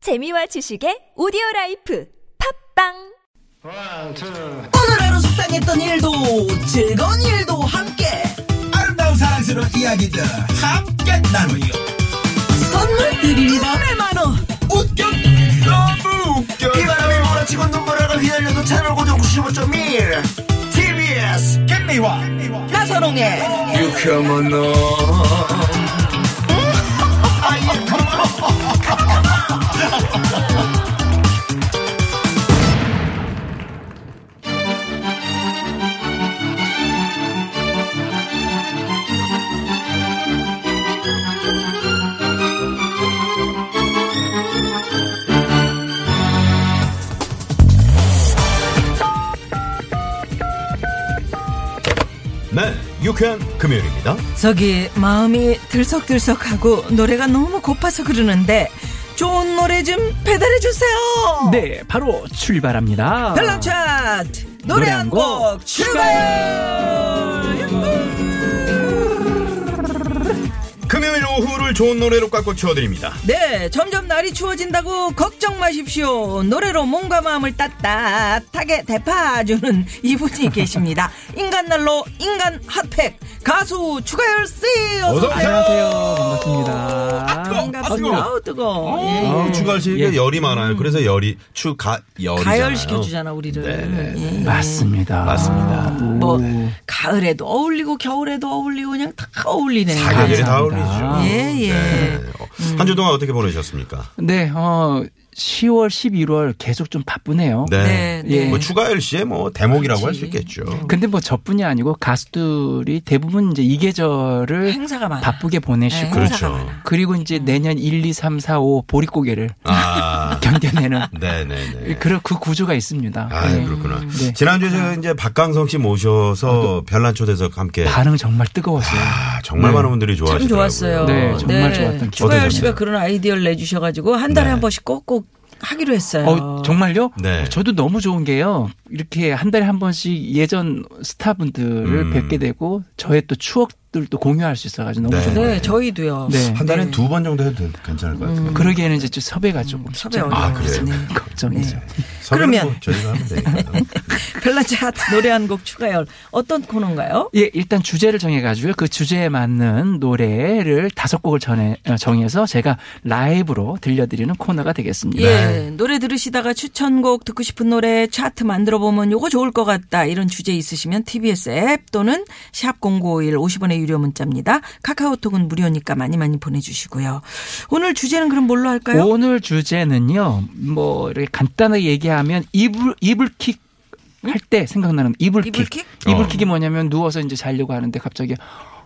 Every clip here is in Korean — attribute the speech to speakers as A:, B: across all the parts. A: 재미와 지식의 오디오 라이프 팝빵
B: One, two.
C: 오늘 하루 속상했던 일도 즐거운 일도 함께
D: 아름다운 사랑스러운 이야기들 함께 나누요
C: 선물 드립니다 100만원
D: 웃겨 너무 웃겨
E: 바람이 몰아치고 눈물을 휘날려도 채널 고정 95.1 TBS
D: 김미화
C: 나선홍의
F: 네, 유쾌한 금요일입니다.
C: 저기 마음이 들썩들썩하고 노래가 너무 고파서 그러는데 좋은 노래 좀 배달해주세요
G: 네, 바로 출발합니다.
C: 별난 차트 노래
G: 노래 한
C: 한 곡
G: 곡
C: 출발
F: 금요일 오후를 좋은 노래로 깎고 치워드립니다.
C: 네 점점 날이 추워진다고 걱정 마십시오 노래로 몸과 마음을 따뜻하게 대파주는 이분이 계십니다 인간날로 인간 핫팩 가수 추가열씨
F: 어서
C: 어서오세요 아,
G: 안녕하세요. 아, 어, 반갑습니다.
C: 반갑습니다. 아우 뜨거. 예, 예.
F: 추가할 시기가
G: 예.
F: 열이 많아요. 그래서 열이 추가 열이
C: 가열 시켜주잖아 우리를. 예, 예.
G: 맞습니다.
F: 맞습니다.
C: 뭐 가을에도 어울리고 겨울에도 어울리고 그냥 다 어울리네.
F: 사계절이 다
G: 감사합니다.
F: 어울리죠. 네.
C: 예, 예.
F: 한 주 동안 어떻게 보내셨습니까?
G: 네, 어, 10월, 11월 계속 좀 바쁘네요.
F: 네.
C: 네, 음. 네.
F: 뭐 추가열 씨의 뭐 대목이라고 할 수 있겠죠.
G: 근데 뭐 저뿐이 아니고 가수들이 대부분 이제 이 계절을
C: 행사가 많아.
G: 바쁘게 보내시고
C: 네,
F: 그렇죠.
C: 행사가 많아.
G: 그리고 이제 내년 1, 2, 3, 4, 5 보릿고개를
F: 아,
G: 견뎌내는
F: 네네네.
G: 그런 그 구조가 있습니다.
F: 아,
G: 네.
F: 그렇구나.
G: 네.
F: 지난주에 제가 이제 박강성 씨 모셔서 별난 초대석 함께.
G: 반응 정말 뜨거웠어요.
F: 아, 정말
G: 네.
F: 많은 분들이
C: 참
F: 좋아하시더라고요.
C: 좋았어요.
G: 네, 정말 좋았던 기억.
C: 추가열 씨가
F: 어떠셨나요?
C: 그런 아이디어를 내주셔가지고 한 달에
F: 네.
C: 한 번씩 꼭꼭 하기로 했어요.
G: 어, 정말요?
F: 네.
G: 저도 너무 좋은 게요. 이렇게 한 달에 한 번씩 예전 스타분들을
F: 음.
G: 뵙게 되고 저의 또 추억들도 공유할 수 있어가지고 너무
F: 네.
G: 좋은 거예요.
C: 네, 저희도요.
G: 네. 음,
F: 한 달에 두 번 정도 해도 괜찮을 것 같아요.
G: 그러기에는 이제 좀 섭외가 조금
C: 음, 섭외
G: 좀
C: 어려워요.
F: 아, 그래요?
C: 네.
G: 걱정이죠.
F: 서류는
C: 그러면-
F: 뭐 저희가 하면 되니까요.
G: 그러니까.
C: 별난 차트 노래 한 곡 추가열 어떤 코너인가요?
G: 예, 일단 주제를 정해가지고요. 그 주제에 맞는 노래를 다섯 곡을 전해, 어, 정해서 제가 라이브로 들려드리는 코너가 되겠습니다.
C: 예, 노래 들으시다가 추천곡 듣고 싶은 노래 차트 만들어 보면 요거 좋을 것 같다 이런 주제 있으시면 TBS 앱 또는 샵 #0951 50원의 유료 문자입니다. 카카오톡은 무료니까 많이 많이 보내주시고요. 오늘 주제는 그럼 뭘로 할까요?
G: 오늘 주제는요. 뭐 이렇게 간단하게 얘기하면 이불 이불킥 할 때 생각나는 이불킥.
C: 이불킥?
F: 어.
G: 이 뭐냐면 누워서 이제 자려고 하는데 갑자기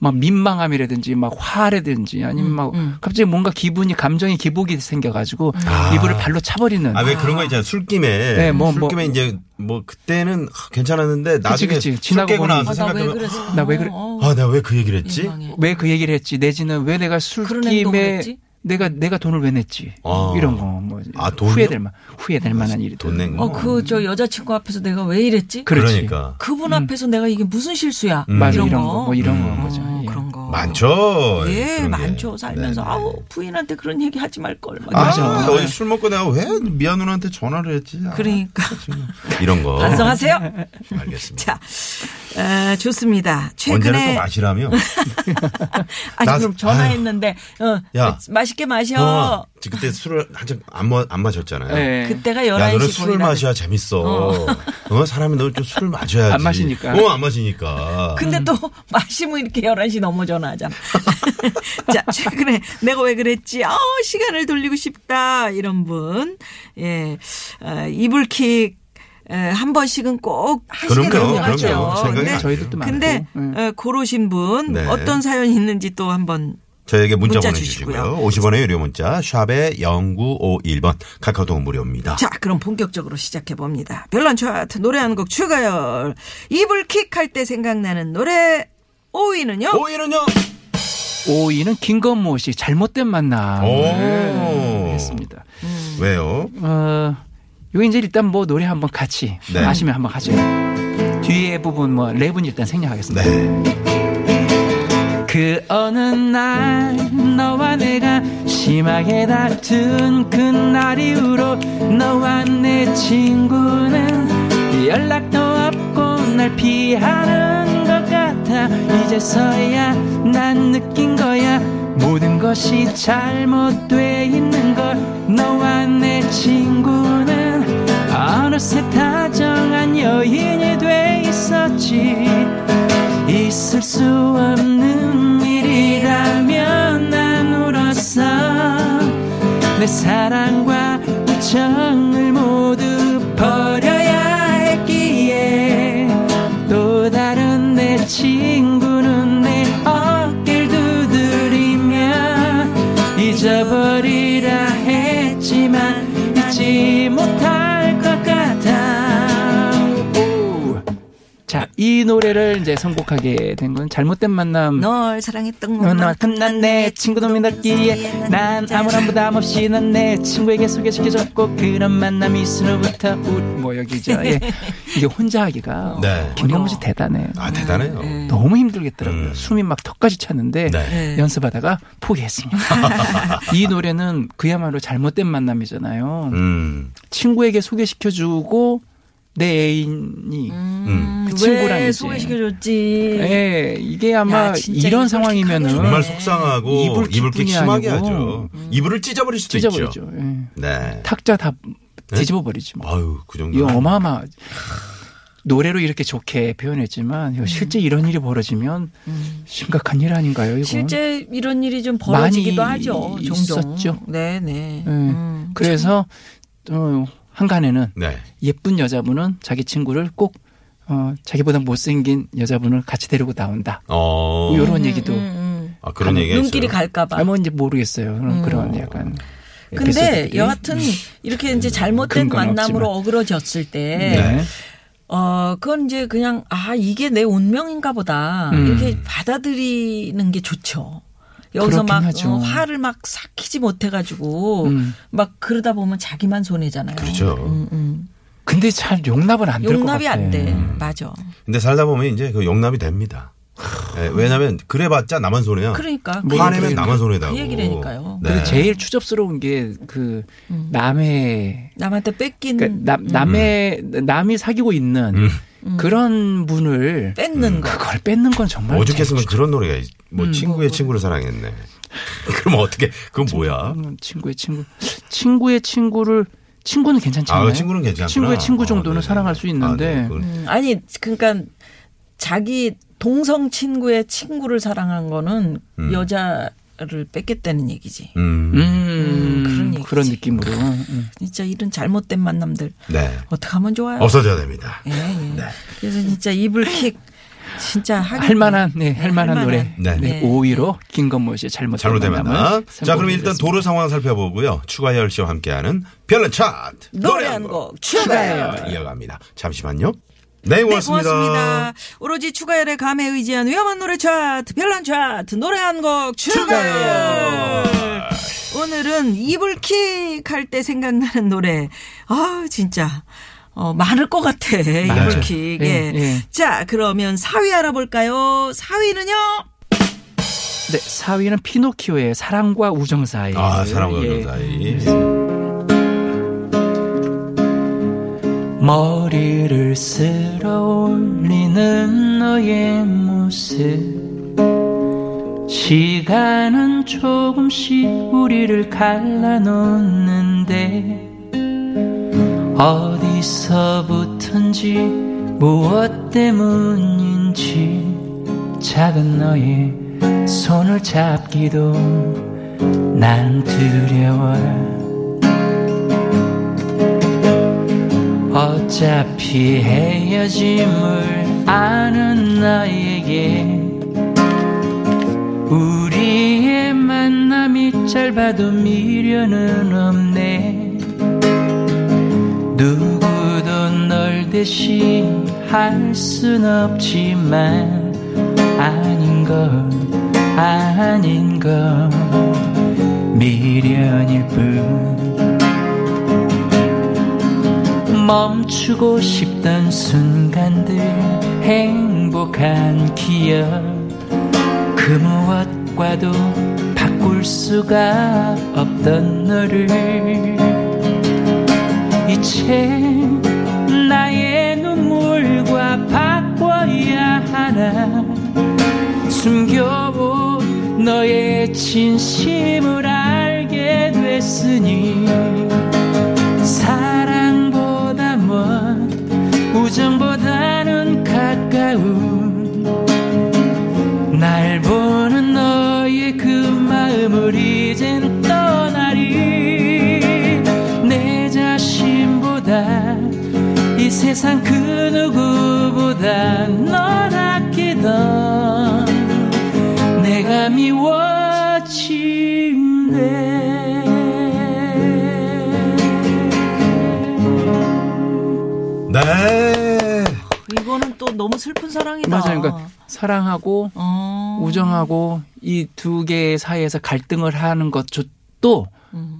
G: 막 민망함이라든지 막 화라든지
C: 음,
G: 아니면 막 갑자기 뭔가 기분이 감정의 기복이 생겨가지고
C: 음. 아.
G: 이불을 발로 차버리는.
F: 아 왜 그런 거 있잖아요 술김에
G: 네, 뭐, 뭐.
F: 술김에 이제 뭐 그때는 아, 괜찮았는데 나중에
G: 그치.
F: 술
G: 지나고
F: 깨고
G: 보니.
F: 나서
G: 아,
F: 생각하면
G: 나 왜 그래?
C: 어,
F: 아 내가 왜 그 얘기를 했지?
G: 왜 그 얘기를 했지? 내지는 왜 내가
C: 그런 행동을
G: 술김에
C: 했지?
G: 내가 내가 돈을 왜 냈지?
F: 아.
G: 이런 거 뭐
F: 아, 돈요? 아,
G: 후회될만 후회될 만한 일이
F: 돈 낸 거.
C: 어, 그 저 여자친구 앞에서 내가 왜 이랬지?
G: 그렇지.
F: 음. 그러니까
C: 그분 앞에서 내가 이게 무슨 실수야?
F: 음.
G: 맞아
C: 이런
G: 이런
C: 어, 거.
G: 거뭐 이런
C: 어,
G: 거 거죠. 예.
C: 그런 거.
F: 많죠.
C: 예,
F: 그런 게.
C: 많죠. 살면서
F: 네, 네.
C: 아우 부인한테 그런 얘기 하지 말 걸. 막
F: 아,
C: 이런 거.
G: 맞아.
F: 어제 술 먹고 내가 왜 미아 누나한테 전화를 했지? 아,
C: 그러니까
F: 이런 거.
C: 반성하세요.
F: 어. 알겠습니다.
C: 자, 아, 좋습니다.
F: 언제나
C: 최근에
F: 또 마시라며.
C: 아니
F: 나-
C: 그럼 전화했는데 어,
F: 야.
C: 맛있게 마셔.
F: 어, 그때 술을 한참 안, 마, 안 마셨잖아요.
G: 예.
C: 그때가
F: 야, 너는
C: 11시
F: 술을
C: 거의 다
F: 마셔야 재밌어. 어. 사람이 너는 좀 술을 마셔야지.
G: 안 마시니까.
F: 어, 안 마시니까.
C: 근데 또 마시면 이렇게 11시 넘어 전화하잖아. 자, 최근에 내가 왜 그랬지? 어, 시간을 돌리고 싶다. 이런 분. 예. 어, 이불킥 에, 한 번씩은 꼭 하시게
F: 그럼요,
C: 되는 것
F: 그럼요.
C: 같아요.
F: 생각이
C: 근데,
F: 나죠.
G: 저희도 또 많고. 네.
C: 근데 어, 고르신 분
F: 네.
C: 어떤 사연이 있는지 또 한번
F: 저에게 문자,
C: 문자
F: 보내주시고요.
C: 주시고요.
F: 50원의 유료 문자 샵에 0951번 카카오톡 무료입니다.
C: 자, 그럼 본격적으로 시작해 봅니다. 별난 차트 노래 한 곡 추가열. 이불킥 할 때 생각나는 노래
F: 어.
C: 5위는요?
F: 오이는요.
G: 5위는 김건모 씨 잘못된 만남. 네,
F: 오.
G: 했습니다.
F: 음. 왜요?
G: 어, 요 이제 일단 뭐 노래 한번 같이
F: 네.
G: 아시면 한번 같이 뒤에 부분 뭐 랩은 일단 생략하겠습니다.
F: 네.
G: 그 어느 날 너와 내가 심하게 다툰 그날 이후로 너와 내 친구는 연락도 없고 날 피하는 것 같아 이제서야 난 느낀 거야 모든 것이 잘못돼 있는 걸 너와 내 친구는 어느새 다정한 여인이 돼 있었지 있을 수 없는 일이라면 난 울었어 내 사랑과 우정을 모두 버려야 했기에 또 다른 내 친구는 내 어깨를 두드리며 잊어버리라 했지만 잊지 못할 것 같아 오. 자, 이 노래를 이제 선곡하게 된 건 잘못된 만남.
C: 널 사랑했던
G: 너만큼 난 음. 내 친구도 믿었기에 난
C: 음.
G: 아무런 부담 없이 난 내 친구에게 소개시켜줬고 그런 만남이 있으로부터 우리 뭐 여기죠. 예. 이게 혼자 하기가
F: 네.
G: 김경무
C: 어.
G: 씨 대단해.
F: 아, 대단해요.
G: 너무 힘들겠더라고요. 숨이 막 턱까지 찼는데
F: 네.
G: 연습하다가 포기했습니다. 이 노래는 그야말로 잘못된 만남이잖아요.
F: 음.
G: 친구에게 소개시켜주고 내 애인이
F: 음.
G: 그 친구랑
C: 왜
G: 이제.
C: 소개시켜줬지?
G: 예, 이게 아마
C: 야, 진짜
G: 이런
C: 이걸
G: 상황이면은
F: 정말 속상하고
G: 네. 이불
F: 이불, 이불
G: 기뿐이
F: 심하게
G: 아니고.
F: 하죠. 이불을 찢어버릴 수도 있죠.
G: 찢어버리죠. 예.
F: 네.
G: 탁자 다 뒤집어 버리지 뭐.
F: 아유, 그 정도.
G: 이 어마어마 노래로 이렇게 좋게 표현했지만
C: 음.
G: 이거 실제 이런 일이 벌어지면 심각한 일 아닌가요? 이건
C: 실제 이런 일이 좀 벌어지기도
G: 많이
C: 하죠. 종종.
G: 있었죠.
C: 네, 네.
G: 예.
C: 음.
G: 그래서 어, 한간에는
F: 네.
G: 예쁜 여자분은 자기 친구를 꼭 어, 자기보다 못생긴 여자분을 같이 데리고 나온다.
F: 어.
G: 뭐 이런 얘기도.
C: 음.
F: 아, 그런 얘기 했어요.
C: 눈길이 갈까봐.
G: 아뭐 이제 모르겠어요. 그런 그런 약간.
C: 음. 근데 예.
G: 에피소드들이.
C: 여하튼 이렇게 이제 잘못된
G: 음, 근거는
C: 만남으로
G: 없지만.
C: 어그러졌을 때,
G: 네.
C: 어, 그건 이제 그냥, 아, 이게 내 운명인가 보다.
G: 음.
C: 이렇게 받아들이는 게 좋죠. 여기서
G: 그렇긴
C: 막
G: 하죠.
C: 어, 화를 막 삭히지 못해가지고,
G: 음.
C: 막 그러다 보면 자기만 손해잖아요.
F: 그렇죠.
C: 음, 음.
G: 근데 잘 용납은 안 될 것 같아요. 음.
C: 용납이 안 돼. 맞아.
F: 근데 살다 보면 이제 그 용납이 됩니다. 예, 왜냐면 그래봤자 나만 손해야.
C: 그러니까. 그
F: 뭐 화내면
C: 얘기를-
F: 나만 손해다고.
C: 그 얘기라니까요.
F: 네.
G: 근데 제일 추접스러운 게 그
C: 음.
G: 남의
C: 남한테 뺏긴,
G: 그러니까 남, 남의
F: 음.
G: 남이 사귀고 있는 그런 분을
C: 음. 뺏는
F: 음.
C: 거.
G: 그걸 뺏는 건 정말
F: 오죽했으면 그런 노래가 있- 뭐
C: 음.
F: 친구의 친구를 사랑했네. 그럼 어떻게 그건 뭐야? 아,
G: 제일- 친구의 친구 친구의 친구를 친구는 괜찮잖아요.
F: 아, 친구는 괜찮구나.
G: 친구의 친구
F: 어,
G: 정도는
F: 네.
G: 사랑할 수
F: 아, 네.
G: 있는데
F: 그건-
C: 음, 아니 그러니까 자기 동성 친구의 친구를 사랑한 거는 여자를 뺏겠다는 얘기지.
F: 음.
G: 음,
C: 그런
G: 그런,
C: 얘기지.
G: 느낌으로 음.
C: 진짜 이런 잘못된 만남들
F: 네.
C: 어떻게 하면 좋아요?
F: 없어져야 됩니다.
C: 예, 예. 그래서 진짜 이불킥 진짜 하기
G: 네. 할만한 네, 할만한
C: 할
G: 노래
F: 네.
C: 네.
G: 5위로 김건모 씨의 잘못된
F: 잘못된 만남.
G: 만남을
F: 자, 그럼 일단
G: 선곡해드렸습니다.
F: 도로 상황 살펴보고요. 추가열 씨와 함께하는 별난 차트
C: 노래 한 곡 추가요.
F: 이어갑니다. 잠시만요. 네,
C: 네,
F: 고맙습니다.
C: 고맙습니다. 오로지 추가열의 감에 의지한 위험한 노래 차트, 별난 차트, 노래 한 곡 추가열. 오늘은 이불킥 할 때 생각나는 노래. 아, 진짜. 어, 많을 것 같아. 이불킥. 예.
G: 예, 예.
C: 자, 그러면 4위 알아볼까요? 4위는요?
G: 네, 4위는 피노키오의 사랑과 우정 사이.
F: 아, 사랑과
G: 예.
F: 예. 사이.
C: 네.
G: 머리를 쓸어 올리는 너의 모습 시간은 조금씩 우리를 갈라놓는데 어디서부턴지 무엇 때문인지 작은 너의 손을 잡기도 난 두려워 어차피 헤어짐을 아는 나에게 우리의 만남이 짧아도 미련은 없네 누구도 널 대신 할 순 없지만 아닌 것 아닌 것 미련일 뿐 멈추고 싶던 순간들 행복한 기억 그 그 무엇과도 바꿀 수가 없던 너를 이제 나의 눈물과 바꿔야 하나 숨겨온 너의 진심을 알게 됐으니 사랑보다 먼 우정보다는 가까운 날 보는 너의 그 마음을 이젠 떠나리 내 자신보다 이 세상 그 누구보다 널 아끼던 내가 미워진대
F: 네.
C: 이거는 또 너무 슬픈 사랑이다.
G: 맞아요. 그러니까 사랑하고
C: 어.
G: 우정하고 이 두 개의 사이에서 갈등을 하는 것도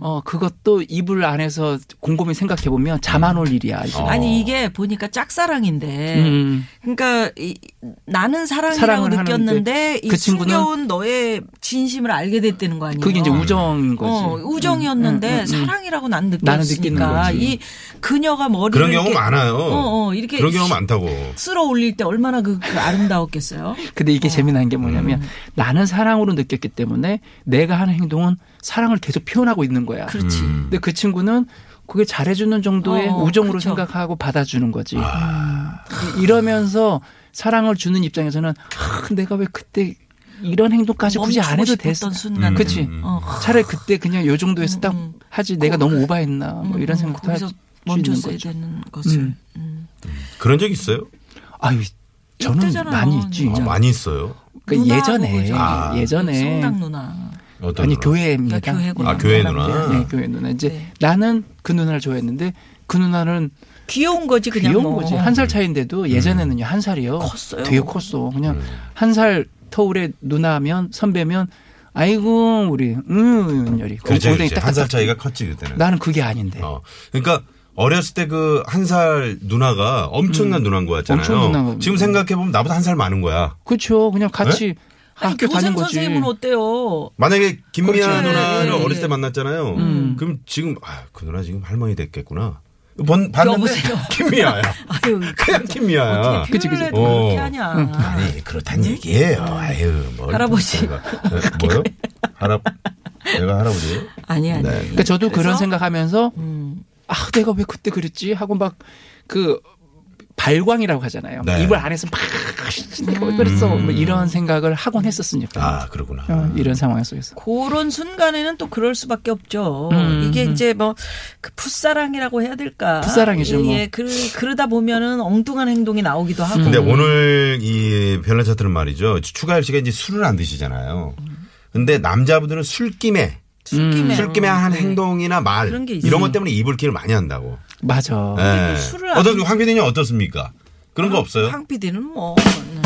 G: 어 그것도 이불 안에서 곰곰이 생각해 보면 잠 안 올 일이야. 이게.
C: 아니 이게 보니까 짝사랑인데.
G: 어. 음.
C: 그러니까 이, 나는 사랑이라고
G: 사랑을
C: 느꼈는데
G: 하는데
C: 이
G: 그 친구는-
C: 숨겨온 너의 진심을 알게 됐다는 거 아니에요?
G: 그게 이제 우정인 거지.
C: 어, 우정이었는데
G: 음, 음, 음, 음.
C: 사랑이라고 난
G: 나는 느끼는
C: 느꼈으니까
G: 거지.
C: 이 그녀가 머리를
F: 그런 경우
C: 이렇게
F: 많아요.
C: 어, 어, 이렇게
F: 그런 경우
C: 시-
F: 많다고.
C: 쓸어 올릴 때 얼마나 그, 그 아름다웠겠어요. 음.
G: 근데 이게 재미난 게 뭐냐면 나는 사랑으로 느꼈기 때문에 내가 하는 행동은 사랑을 계속 표현하고 있는 거야.
C: 그렇지.
F: 음.
G: 근데 그 친구는 그게 잘해주는 정도의
C: 어,
G: 우정으로
C: 그쵸.
G: 생각하고 받아주는 거지. 이- 이러면서 사랑을 주는 입장에서는 아, 내가 왜 그때 이런 행동까지 굳이 안 해도 됐어. 음.
C: 던 순간.
G: 그치.
C: 어.
G: 차라리 그때 그냥 요 정도에서 딱
C: 음.
G: 하지 내가 너무 오바했나 뭐 이런 생각도 할
C: 거기서
G: 수 있는
C: 멈췄어야
G: 거죠.
C: 되는 것을.
G: 음.
F: 그런 적 있어요?
G: 아유, 저는
C: 있대잖아요,
G: 많이 있지.
F: 아,
C: 진짜.
F: 많이 있어요.
C: 누나하고
G: 그러니까 예전에
C: 그죠.
F: 아.
G: 예전에 음.
C: 성당 누나.
F: 어떤
G: 아니
F: 거를?
G: 교회입니다.
C: 그러니까 교회구나.
F: 아, 교회 누나.
G: 네, 교회 누나. 이제
C: 네.
G: 나는 그 누나를 좋아했는데 그 누나는
C: 귀여운 거지 그냥
G: 귀여운
C: 뭐.
G: 거지. 한 살 차이인데도
F: 음.
G: 예전에는요 한 살이요.
C: 컸어요.
G: 되게 컸어. 그냥 한 살 터울의 누나면 선배면 아이고 우리 음열이.
F: 그렇죠,
G: 어,
F: 그렇지, 그렇지. 한살 차이가 컸지 그때는.
G: 나는 그게 아닌데.
F: 어. 그러니까 어렸을 때 그 한 살 누나가 엄청난 누나인 거였잖아요.
G: 음. 엄청 누나가-
F: 지금 생각해 보면 나보다 한 살 많은 거야.
G: 그렇죠.
F: 네?
G: 그냥 같이
C: 아니
G: 학교
C: 교생
G: 다닌 거지.
C: 선생님은 어때요?
F: 만약에 김미아
G: 그렇죠.
F: 누나를
C: 예, 예,
F: 어렸을
C: 예.
F: 때 만났잖아요. 그럼 지금 아, 그 누나 지금 할머니 됐겠구나. 번, 봤는데
C: 여보세요?
F: 김미아야.
C: 아유,
F: 그냥 김미아야.
C: 어떻게
G: 그치.
C: 표현을 그렇게
F: 어.
C: 하냐?
F: 아니 그렇단 얘기예요. 아유 뭘
C: 할아버지.
F: 내가, 에, 뭐요? 할아 내가 할아버지예요?
C: 아니 아니.
F: 네.
G: 그러니까 저도 그런
C: 그래서? 음.
G: 생각하면서 아 내가 왜 그때 그랬지 하고 막 그 발광이라고 하잖아요.
F: 네. 음.
G: 입을 안에서 막 내가 왜 그랬어 뭐 이런 생각을 하곤 했었으니까.
F: 아 그러구나.
G: 어, 이런 상황 속에서.
C: 그런 순간에는 또 그럴 수밖에 없죠.
G: 음,
C: 이게 이제 뭐 그 풋사랑이라고 해야 될까?
G: 풋사랑이죠,
C: 예,
G: 뭐.
C: 예, 그, 그러다 보면은 엉뚱한 행동이 나오기도 하고.
F: 근데 오늘 이 별난 차트는 말이죠. 추가열 씨가 이제 술을 안 드시잖아요. 근데 남자분들은 술김에
C: 술김에
F: 술김에 한 행동이나 말
C: 네. 그런 게 있어요.
F: 이런 것 때문에 이불킥을 많이 한다고.
G: 음, 맞아.
F: 예.
C: 술을 안
F: 어떤 황 PD님 어떻습니까? 그런 거
G: 아,
F: 없어요?
C: 황 PD는 뭐 음,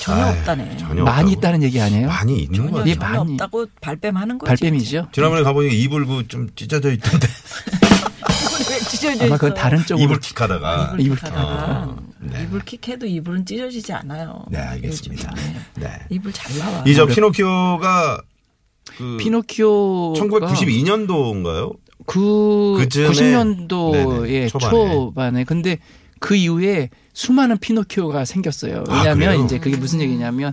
C: 전혀
F: 아유,
C: 없다네.
F: 전혀
G: 많이
F: 없다고.
G: 있다는 얘기 아니에요?
F: 많이 있는
C: 전혀,
F: 거 같아요.
G: 예,
C: 전혀
G: 많이.
C: 없다고 발뺌하는 거지.
G: 발뺌이죠.
F: 지난번에 가보니까 이불 그 좀 찢어져 있던데
C: 왜 찢어져
G: 아마
C: 있어?
G: 그 다른 쪽으로 아,
F: 이불킥하다가
C: 이불
G: 이불
C: 킥하다가
F: 네.
C: 이불 킥해도 이불은 찢어지지 않아요.
F: 네 알겠습니다. 네.
C: 이불 잘 나와.
F: 이저 피노키오가 그
G: 아, 피노키오
F: 1992년도인가요?
G: 그
F: 그쯤에-
G: 90년도의
F: 네네,
G: 초반에.
F: 초반에.
G: 근데 그 이후에 수많은 피노키오가 생겼어요.
F: 아,
G: 왜냐하면
F: 그래요?
G: 이제 그게 무슨 얘기냐면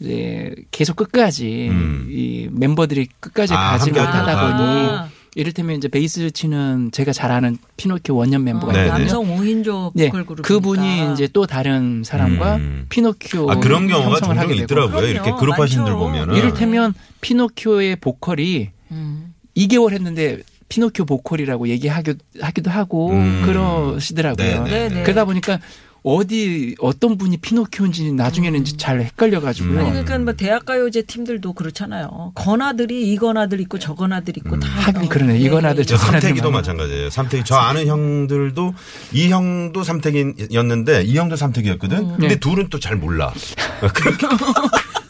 G: 이제 계속 끝까지
F: 음.
G: 이 멤버들이 끝까지
F: 아,
G: 가지
F: 함께
G: 못하다
F: 하다가.
G: 보니
C: 아.
G: 이를테면 이제 베이스 치는 제가 잘 아는 피노키오 원년 멤버가
C: 어,
F: 네네.
G: 있거든요.
C: 남성 5인조
G: 예,
C: 보컬 그룹.
G: 그분이 이제 또 다른 사람과
F: 음.
G: 피노키오
F: 아 그런 경우가
G: 형성을
F: 종종
G: 하게 되고
F: 있더라고요. 이렇게
C: 그럼요,
F: 그룹
C: 많죠.
F: 하신들 보면은
G: 이를테면 피노키오의 보컬이
C: 음.
G: 2개월 했는데 피노키오 보컬이라고 얘기하기도 하기도 하고
F: 음.
G: 그러시더라고요.
F: 네네.
C: 네네.
G: 그러다 보니까 어디 어떤 분이 피노키오인지 나중에는 이제 잘 헷갈려가지고요.
F: 음.
C: 아니 그러니까 뭐 대학가요제 팀들도 그렇잖아요. 건아들이 이건아들 있고 저건아들 있고 다.
G: 하긴
C: 어,
G: 그러네. 이건 아들
F: 음. 저
G: 저
F: 삼태기도 마찬가지예요. 삼태기 저 아는 형들도 이 형도 삼태기였는데 이 형도 삼태기였거든. 근데
G: 네.
F: 둘은 또 잘 몰라. 그렇게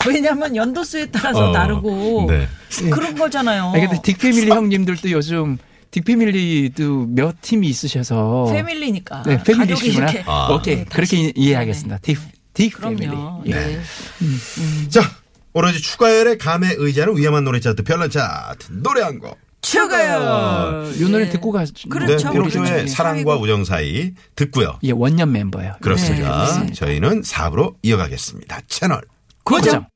C: 왜냐하면 연도수에 따라서
F: 어,
C: 다르고
F: 네.
C: 그런 거잖아요.
G: 아니, 근데 딕패밀리 형님들도 요즘 딕패밀리도 몇 팀이 있으셔서
C: 패밀리니까. 아,
G: 네, 패밀리시구나.
C: 가족이 이렇게.
F: 아.
G: 네. 오케이 그렇게 이- 이해하겠습니다. 딕 딕패밀리.
C: 그럼요. 예.
F: 자 오로지 추가열의 감에 의지하는 위험한 노래 차트 별난 차트 노래 한 곡.
C: 추가요.
G: 이 노래 를 듣고 가죠.
F: 네,
C: 예. 그렇죠.
F: 피로쇼의 그렇죠.
C: 그렇죠.
F: 사랑과
C: 사랑이고.
F: 우정 사이 듣고요.
G: 예, 원년 멤버예요.
F: 그렇습니다.
C: 네,
F: 저희는 4부로 이어가겠습니다. 채널
C: 고정.